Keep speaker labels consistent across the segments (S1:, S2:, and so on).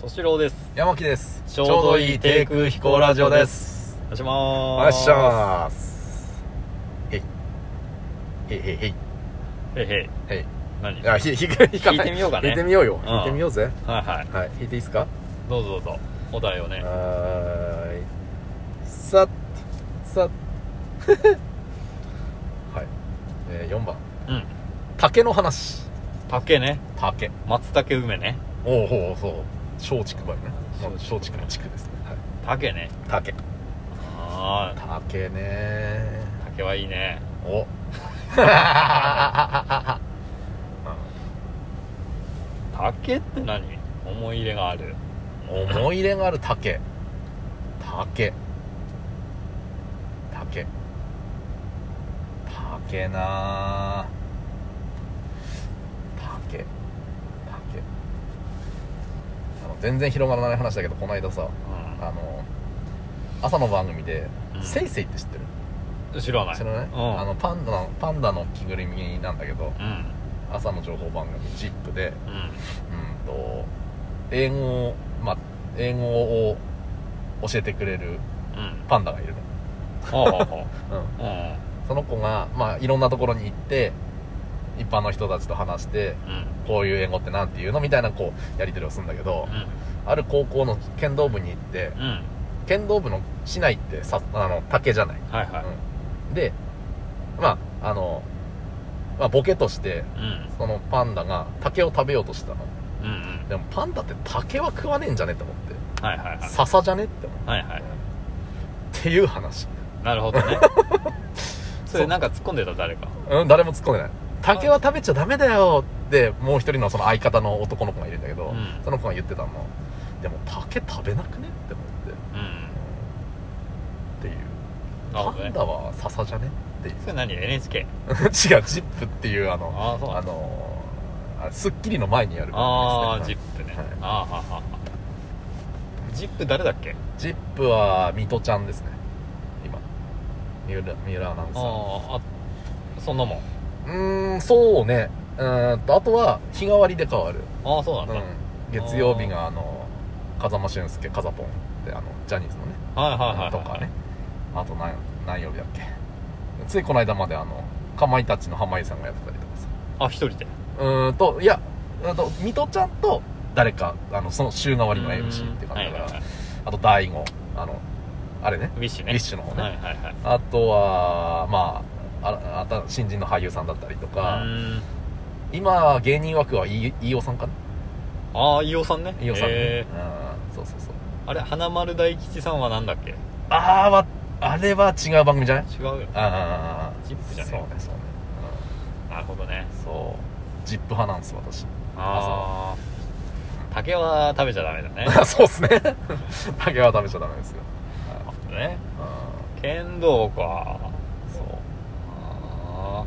S1: 敏郎です
S2: 山木です
S1: ちょうどいい低空飛行ラジオですお願いし
S2: お
S1: ま
S2: 願い
S1: す
S2: しますえいえい
S1: へ
S2: えい
S1: いへ
S2: えいえい
S1: い何
S2: あ ひひ弾かな
S1: 弾いてみようかね
S2: 弾いてみようよ
S1: ん
S2: 弾いてみようぜ
S1: はいはい
S2: はい弾いていいですか
S1: どうぞどうぞお題をね
S2: はーいさっさっ はいえー4番
S1: うん
S2: 竹の話
S1: 竹ね
S2: 竹
S1: 松茸梅ね
S2: おうおうそう松竹梅ねまあ
S1: 松
S2: 松竹の竹ですねはい
S1: 竹ね
S2: 竹
S1: ああ
S2: 竹ね
S1: 竹はいいね
S2: お
S1: 竹って何思い入れがある
S2: 思い入れがある竹竹竹竹なあ竹竹あの全然広がらない話だけどこの間さあの朝の番組で
S1: う
S2: 「
S1: ん
S2: せいせい」って知ってる
S1: うん知らない
S2: 知らない、
S1: うん
S2: あのパンダのパンダの着ぐるみなんだけど
S1: うん
S2: 朝の情報番組「ジップで
S1: うん
S2: うんと英語をまあ英語を教えてくれる
S1: うん
S2: パンダがいる
S1: ほうほうほう
S2: の、
S1: うん
S2: その子が、まあ、いろんなところに行って一般の人たちと話して
S1: うん
S2: こういう英語ってなんていうのみたいなこうやり取りをするんだけど
S1: うん
S2: ある高校の剣道部に行って
S1: うん
S2: 剣道部の市内ってさあの竹じゃない、
S1: はいはい
S2: うん、でまああの、まあ、ボケとして
S1: うん
S2: そのパンダが竹を食べようとしたの
S1: うんうん
S2: でもパンダって竹は食わねえんじゃねって思って
S1: はいはいはい
S2: 笹じゃねって思う
S1: はいはい
S2: っていう話、
S1: なるほど ねそれなんか突っ込んでた誰か
S2: うん、誰も突っ込んでない竹は食べちゃダメだよってもう一人のその相方の男の子がいるんだけど、
S1: うん
S2: その子が言ってたのでも竹食べなくねって思って
S1: うん
S2: っていう
S1: なるほど
S2: パン
S1: ね
S2: ダは笹じゃねっていう
S1: それ何 NHK
S2: 違うジップっていうあの
S1: ああそう
S2: あ
S1: なんだ
S2: のあれ『スッキリ』の前にやる
S1: ああジッ
S2: プ
S1: プね、
S2: はい
S1: あーはーはーはージップ誰だっけ
S2: ジップは水戸ちゃんですね今三浦三浦アナウンサー
S1: あーあそんなもん
S2: うーんそうねうーんとあとは日替わりで変わる
S1: ああそうなんだ、はい
S2: うん、月曜日があの風間俊介風ポンってあのジャニーズのね
S1: はいはいはい
S2: とかねあと何何曜日だっけついこの間まであのかまいたちの濱家さんがやってたりとかさ
S1: あ一人で
S2: うーんといやあと水戸ちゃんと誰かあのその週替わりの MC って感じだから、
S1: はいはいはい
S2: あと大悟あのあれね
S1: ウィッシュ
S2: ウ
S1: ね
S2: ィッシュの方ね、
S1: はいはいはい
S2: あとはまあああた新人の俳優さんだったりとか、
S1: うーん
S2: 今芸人枠は飯飯尾さんかな
S1: ああ飯尾さんね
S2: 飯尾さん、
S1: え
S2: うんそうそうそう
S1: ーあれ花丸大吉さんはなんだっけ違
S2: あーはあれは違う番組じゃないう
S1: よ
S2: ああ
S1: ジップじゃね
S2: そうねそうね、
S1: なるほどね
S2: うん、そうジップ派なんです私
S1: ああ竹は食べちゃダメだ ね
S2: そうっすね竹は食べちゃダメですよ、
S1: ね
S2: う
S1: 剣道か
S2: ん、そう
S1: あ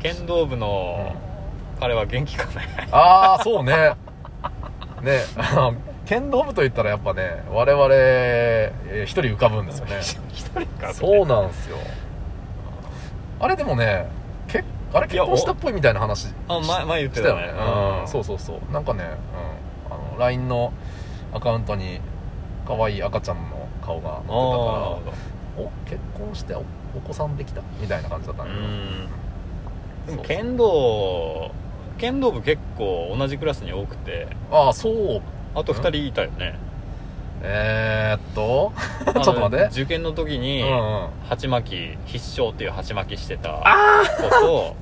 S1: ー剣道部の彼は元気かね
S2: ああそうね ねあの剣道部といったらやっぱね我々えー一人浮かぶんですよね
S1: 一人か
S2: そうなんですよあれでもねけあれ結婚したっぽいみたいな話
S1: あ前前言って
S2: したた
S1: よ
S2: よ
S1: ね
S2: ね
S1: う
S2: うんんそうそうそうなんかね、うん、あの LINE のアカウントに可愛い赤ちゃんの顔が載っ
S1: あ
S2: てたからお結婚しておお子さんできたみたいな感じだった
S1: あ
S2: ん
S1: う
S2: だけど
S1: んで
S2: そ
S1: も
S2: う
S1: 剣道剣道部結構同じクラスに多くて
S2: ああそう
S1: あと2人いたよね
S2: えー、っ と
S1: ちょ
S2: ちょっと待って
S1: 受験の時
S2: う
S1: に
S2: んうん
S1: 鉢巻き必勝っていう鉢巻きしてた子と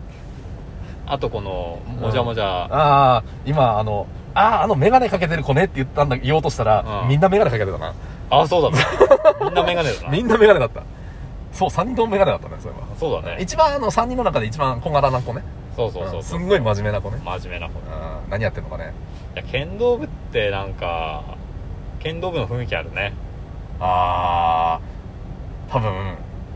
S1: あとこのもじゃもじゃ
S2: ああ今あのあああの眼鏡かけてる子ねって言ったんだ言おうとしたら、
S1: うん
S2: みんな眼鏡かけてたな
S1: ああそうだったみんな眼鏡だな
S2: みんな眼鏡だったそう3人とも眼鏡だったねそれは
S1: そうだね
S2: 一番あの3人の中で一番小柄な子ね
S1: そうそうそうそうん
S2: すんごい真面目な子ね、
S1: 真面目な子
S2: うん、何やってんのかね
S1: いや剣道部ってなんか剣道部の雰囲気あるね
S2: あー多分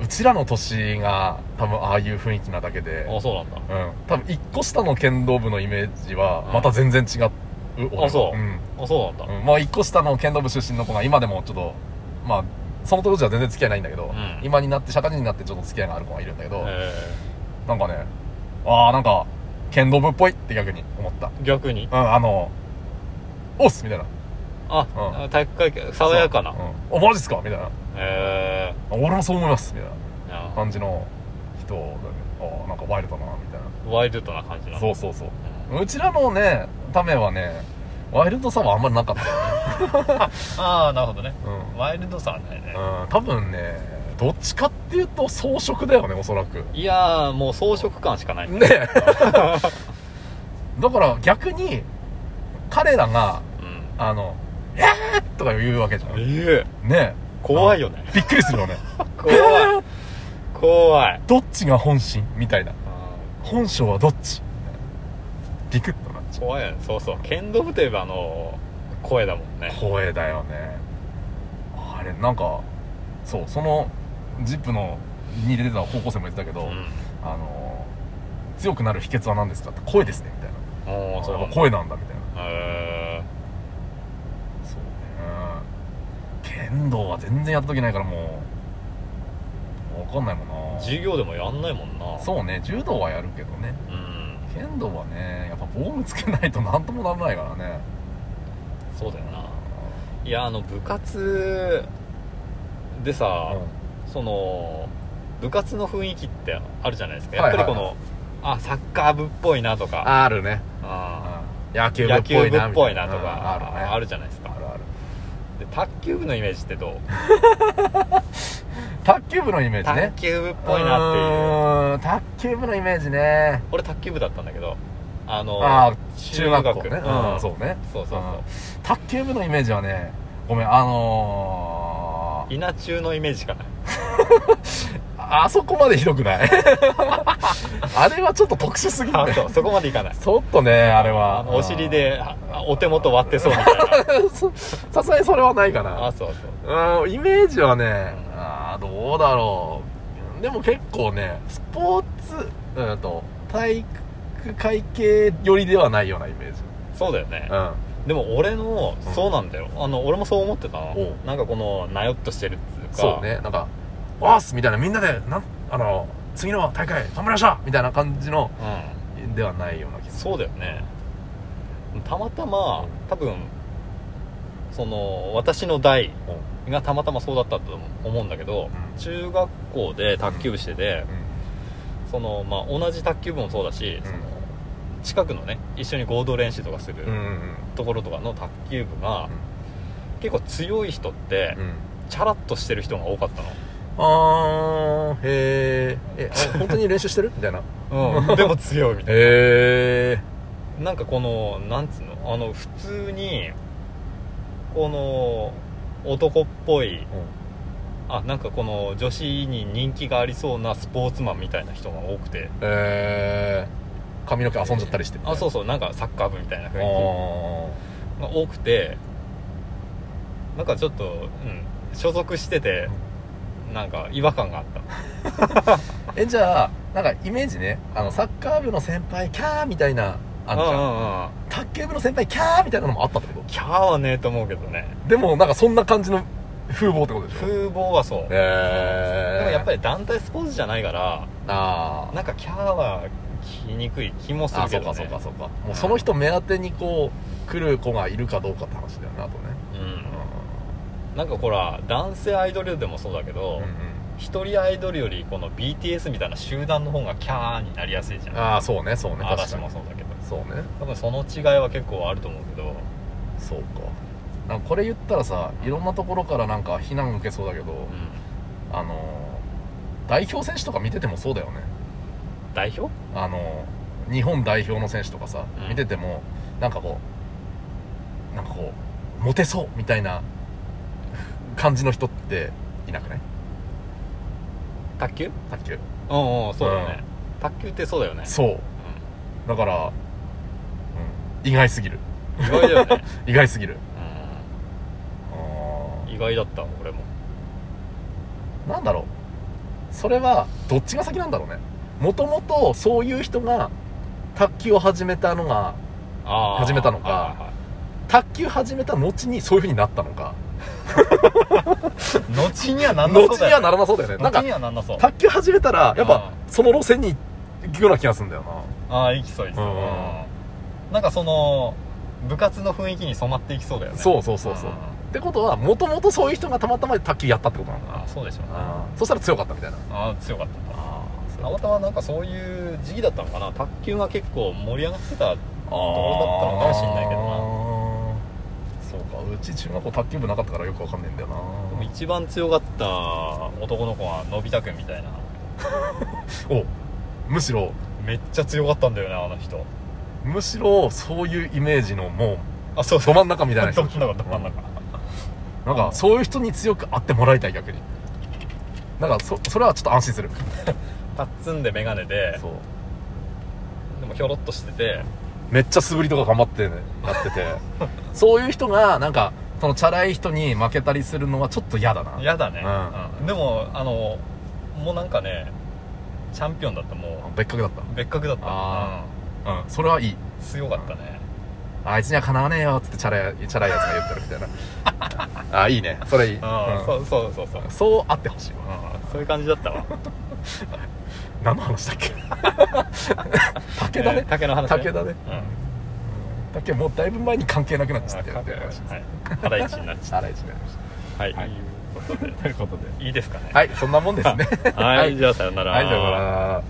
S2: うちらの年が多分ああいう雰囲気なだけで
S1: あそうなんだ
S2: うん多分一個下の剣道部のイメージは
S1: うん
S2: また全然違う、俺
S1: あそうんあそうなんだ
S2: うん、まあ一個下の剣道部出身の子が今でもちょっとまあその当時は全然付き合いないんだけど、
S1: うん
S2: 今になって社会人になってちょっと付き合いがある子がいるんだけど、
S1: え
S2: なんかねああなんか剣道部っぽいって逆に思った
S1: ー逆に
S2: うんあの「おっす!」みたいな「
S1: あ、
S2: うん
S1: 体育会系爽やかな、
S2: そううんあマジっすかみたいなあ
S1: え
S2: 俺もそう思いますみたい
S1: ーな
S2: な感じの人だねあなんかワイルドなみたい
S1: ワイルドな感じな
S2: な
S1: の
S2: そうそうそううちらのねためはねワイルドさはあんまりなかっ たよ
S1: ああなるほどね
S2: ね、
S1: ワイルドさはないね
S2: うんうん、多分ねどっちかっていうと装飾だよねおそらく
S1: いやーもう装飾感しかない、
S2: ね えだから逆に彼らが
S1: うん、
S2: あの「えー!」とか言うわけじゃんね
S1: ええ
S2: え
S1: 怖いよね
S2: びっくりする よね
S1: 怖い怖い
S2: どっちが本心みたいな
S1: あ
S2: 本性はどっちビクッとなっち
S1: ー怖いよねそうそう剣道部といえばあの声だもん
S2: ゃう
S1: ね
S2: 声だよねあれなんかそうその「ZIP!」のに出てた高校生も言ってたけど、
S1: うん
S2: あの強くなる秘訣は何ですかって声ですねみたいな
S1: おおそう
S2: や
S1: な
S2: っぱ
S1: んだ
S2: 声なんだみたいな
S1: へ
S2: そうね剣道は全然やった時ないからもうわかんないもん
S1: ー
S2: な
S1: 授業でもやんないもんなう
S2: そうね柔道はやるけどね
S1: うん
S2: 剣道はねやっぱ防具つけないと何ともならないからね
S1: そうだよないやあの部活でさ、その部活の雰囲気ってあるじゃないですかやっぱりこの、
S2: は
S1: あサッカー部っぽいなとか
S2: あるね
S1: あ
S2: 野球
S1: ー
S2: 部っ
S1: 野
S2: ぽ
S1: 球
S2: い
S1: 部
S2: な
S1: っぽいなと
S2: みたい
S1: か、
S2: うんあるね
S1: あるじゃないです
S2: あ
S1: か
S2: るある
S1: で卓球部のイメージってどう、
S2: 卓球部のイメージね
S1: 卓球部っぽいなっていう
S2: うーん卓球部のイメージね
S1: 俺卓球部だったんだけどあの
S2: ああ中学校ね
S1: うん
S2: うん
S1: そう
S2: そうね
S1: そうそう
S2: 卓球部のイメージはねごめんあのー、
S1: 稲中のイメージかな
S2: あそこまでひどくないあれはちょっと特殊すぎる
S1: あ
S2: ね
S1: そうそこまでいかない
S2: ちょっとねあれ
S1: あ
S2: は
S1: のお尻でああお手元割ってそうみ たいな
S2: そ さすがにそれはないか
S1: あ
S2: な
S1: そうそう
S2: うんイメージはねあーどうだろうでも結構ねスポーツうんと体育会系寄りではないようなイメージ
S1: そうだよね
S2: うん
S1: でも俺の
S2: うん
S1: そうなんだよあの俺もそう思ってたな
S2: おう
S1: なんかこのなよっとしてるっていうか
S2: そうねなんか「わーす!」みたいなみんなでなんあの次の大会頑張りましょうみたいな感じの
S1: う
S2: ではないような気が
S1: ん
S2: す
S1: そうだよねたまたま多分その私の代
S2: るうん
S1: がたまたまそうだったと思うんだけど、
S2: うん
S1: 中学校で卓球部してて、そのまあ、同じ卓球部もそうだし、その近くのね一緒に合同練習とかす
S2: うんうん
S1: るところとかの卓球部が、結構強い人って、
S2: うんうん
S1: チャラッとしてる人が多かったの
S2: あーへーえ あ本当に練習してるみたいな
S1: うん、でも強いみたいな
S2: へえ
S1: なんかこのなんつうのあの普通にこの男っぽいあなんかこの女子に人気がありそうなスポーツマンみたいな人が多くて
S2: えー髪の毛遊んじゃったりして
S1: あそう
S2: う
S1: そうなんかサッカー部みたいな
S2: あ
S1: 雰囲
S2: ー
S1: 気が多くてなんかちょっと、うん、所属しててなんか違和感があった
S2: えじゃあなんかイメージねあのサッカー部の先輩キャーみたいなあんじゃん
S1: うんうんうん
S2: 卓球部の先輩キャーみたいなのもあったってこと
S1: キャーはねえと思うけどね
S2: でもなんかそんな感じの風貌ってことでしょ
S1: 風貌はそう、
S2: え
S1: でもやっぱ
S2: り
S1: り団体スポーツじゃないから
S2: あー
S1: なんかキャーは来にくい気もす
S2: あ
S1: るけ
S2: そ
S1: ど、
S2: う
S1: ね、
S2: かそうかそうかもうその人目当てにこう来る子がいるかどうかって話だよねあとね
S1: うん、なんかほら男性アイドルでもそうだけど
S2: うんうん
S1: 一、人アイドルよりこの BTS みたいな集団の方がキャーになりやすいじゃん
S2: ああそうねそうね確
S1: 嵐
S2: かに
S1: もそうだけど
S2: そうね
S1: 多分その違いは結構あると思うけど
S2: そうかなんかこれ言ったらさいろんなところからなんか非難受けそうだけど
S1: う、ん
S2: あのー代表選手とか見ててもそうだよね
S1: 代表
S2: あのー日本代表の選手とかさ、
S1: うん
S2: 見ててもなんかこうなんかこうモテそうみたいな感じの人っていなくない
S1: 卓球
S2: 卓球
S1: うんうんそうだよね、卓球ってそうだよね、
S2: そうだから、うん、意外すぎる
S1: うん、意外だよね、
S2: 意外すぎるあ
S1: うん、意外だった俺も
S2: ーなんだろうそれはどっちが先なんだろうねもともとそういう人が卓球を始めたのが
S1: あー
S2: 始めたのか
S1: はいはいはい
S2: 卓球始めた後にそういう風になったのか
S1: 後にはなんなそうだ
S2: 後には
S1: よ
S2: ならなそうだよねなん
S1: 後
S2: か
S1: にはなんなそう
S2: 卓球始めたらやっぱ
S1: う
S2: その路線に行くような気がするんだよな
S1: ああいきそういきそう、
S2: うんうん
S1: なんかその部活の雰囲気に染まっていきそうだよね
S2: そうそうそうそうってことはもともとそういう人がたまたま卓球やったってことなんだ
S1: ああそうでしょうね
S2: なそしたら強かったみたいな
S1: ああ強かったんだ
S2: あ
S1: たまたまなんかそういう時期だったのかな卓球が結構盛り上がってた
S2: あ
S1: どうだったのかもしんないけどな
S2: そうかうち中学校卓球部なかったからよくわかんねえんだよな
S1: でも一番強かった男の子はのび太くんみたいな
S2: おむしろ
S1: めっちゃ強かったんだよねあの人
S2: むしろそういうイメージのも
S1: あそう
S2: うど真ん中みたいな
S1: ど
S2: 人
S1: っちだかど真ん中
S2: なんかそういう人に強く会ってもらいたい逆になんかそそれはちょっと安心する
S1: パッツンで眼鏡で
S2: そう
S1: でもひょろっとしてて
S2: めっちゃ素振りとか頑張ってねやっ ててそういう人がなんかそのチャラい人に負けたりするのはちょっと嫌だな
S1: 嫌だね、
S2: うん
S1: うんでもあのもうなんかねチャンピオンだったも
S2: 別格だっ
S1: う別格だった、
S2: あたうんそれはいい
S1: うん強かったね、
S2: あいつにはかなわねえよっつってチャラいチャラいやつが言ってるみたい なあいいねそれいい、
S1: うん
S2: うん
S1: そうそうそうそう、うん、
S2: そうあってほしいわ
S1: そういう感じだったわ
S2: 何の話 だっけ竹だ
S1: えー
S2: ね
S1: 竹の話、
S2: 竹だね
S1: うん
S2: 竹もうだいぶ前に関係なくなっちゃ
S1: あ
S2: ってるっていう話
S1: はい腹一になっちゃ
S2: チャラいになりまし
S1: うはい、
S2: はい
S1: うこ
S2: い、
S1: とで
S2: たということで
S1: いいですかね
S2: はいそんなもんですね
S1: はい、じゃあさよなら
S2: はいじゃあ